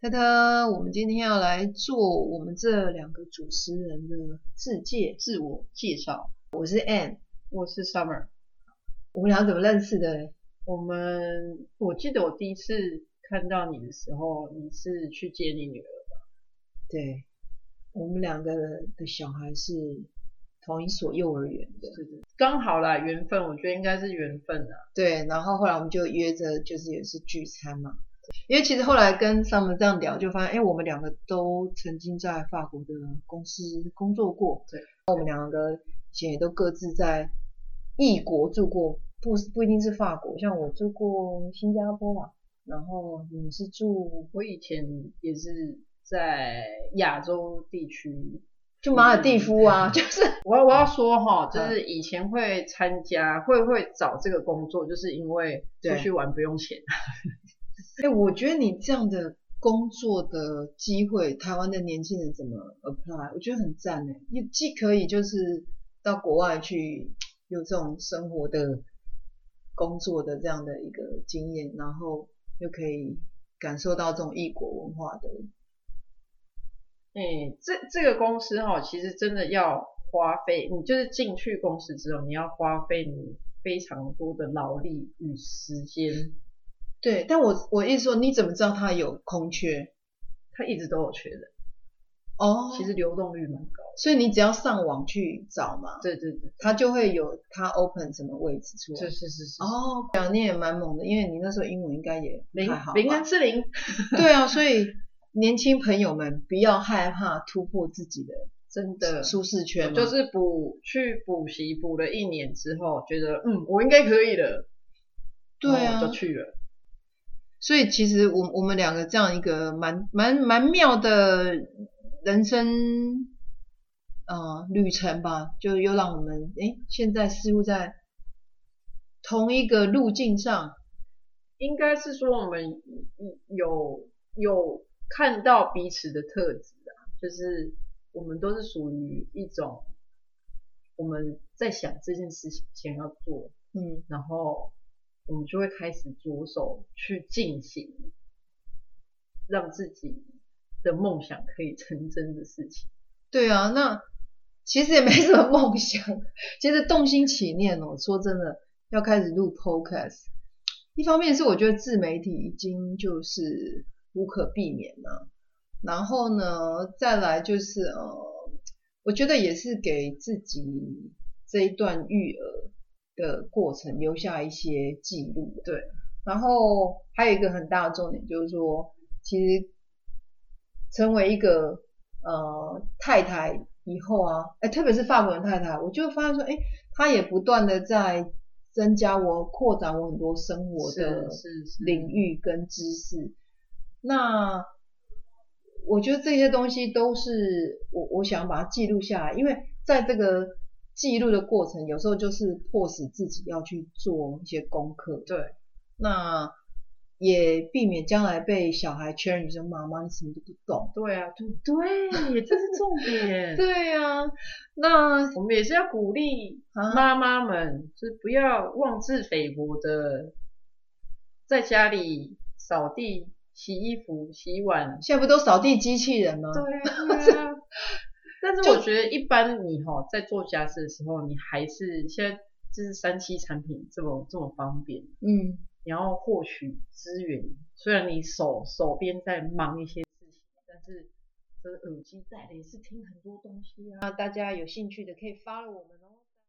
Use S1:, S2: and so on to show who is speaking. S1: 噔噔，我们今天要来做我们这两个主持人的自介、自我介绍。我是 Ann，
S2: 我是 Summer。
S1: 我们俩怎么认识的嘞？
S2: 我们我记得我第一次看到你的时候，你是去接你女儿吧？
S1: 对，我们两个的小孩是同一所幼儿园的。
S2: 是的，刚好啦，缘分，我觉得应该是缘分啊。
S1: 对，然后后来我们就约着，就是也是聚餐嘛。因为其实后来跟 Summer 这样聊，就发现，哎、我们两个都曾经在法国的公司工作过，
S2: 对，
S1: 我们两个以前也都各自在异国住过，不不一定是法国，像我住过新加坡嘛，然后你是住
S2: 我以前也是在亚洲地区，
S1: 就马尔蒂夫啊，就是
S2: 我要我要说哈，就是以前会参加，会会找这个工作，就是因为出去玩不用钱。
S1: 哎、我觉得你这样的工作的机会，台湾的年轻人怎么 apply？我觉得很赞哎，你既可以就是到国外去有这种生活的、工作的这样的一个经验，然后又可以感受到这种异国文化的。
S2: 哎、这这个公司哈，其实真的要花费，你就是进去公司之后，你要花费你非常多的劳力与时间，
S1: 对，但我我意思说，你怎么知道它有空缺？
S2: 它一直都有缺的，
S1: 哦，
S2: 其实流动率蛮高的。
S1: 所以你只要上网去找嘛，
S2: 对对对，
S1: 它就会有它 open 什么位置出来。
S2: 是是是是，
S1: 哦，表你也蛮猛的，因为你那时候英文应该也
S2: 零
S1: 还好吧
S2: 零 跟是零，
S1: 对啊，所以年轻朋友们不要害怕突破自己的
S2: 真的。
S1: 舒适圈嘛，
S2: 就是补去补习补了一年之后，觉得嗯，我应该可以了，
S1: 对
S2: 然
S1: 啊
S2: 后我就。去了。
S1: 所以其实我我们两个这样一个蛮蛮蛮妙的人生呃旅程吧，就又让我们诶现在似乎在同一个路径上，
S2: 应该是说我们有有看到彼此的特质啊，就是我们都是属于一种我们在想这件事情想要做，
S1: 嗯，
S2: 然后我们就会开始着手去进行，让自己的梦想可以成真的事情。
S1: 对啊，那其实也没什么梦想，其实动心起念哦，说真的，要开始录 podcast，一方面是我觉得自媒体已经就是无可避免了，然后呢，再来就是呃，我觉得也是给自己这一段育儿的过程留下一些记录。
S2: 对，
S1: 然后还有一个很大的重点就是说，其实成为一个呃太太以后啊，哎，特别是法国人太太，我就发现说，哎，她也不断的在增加我、扩展我很多生活的
S2: 是是是
S1: 领域跟知识。那我觉得这些东西都是我我想把它记录下来，因为在这个记录的过程，有时候就是迫使自己要去做一些功课，
S2: 对。
S1: 那也避免将来被小孩圈你说妈妈你什么都不懂。
S2: 对啊，对对，这是重 点。
S1: 对啊，那
S2: 我们也是要鼓励
S1: 啊
S2: 妈妈们，就是不要妄自菲薄的，在家里扫地、洗衣服、洗碗。
S1: 现在不都扫地机器人吗？
S2: 对啊，对啊但是我觉得一般你哈、在做家事的时候，你还是现在就是三期产品这么这么方便，
S1: 嗯，
S2: 你要获取资源。虽然你手手边在忙一些事情，但是这耳机戴了也是听很多东西啊。
S1: 那大家有兴趣的可以 follow 我们哦。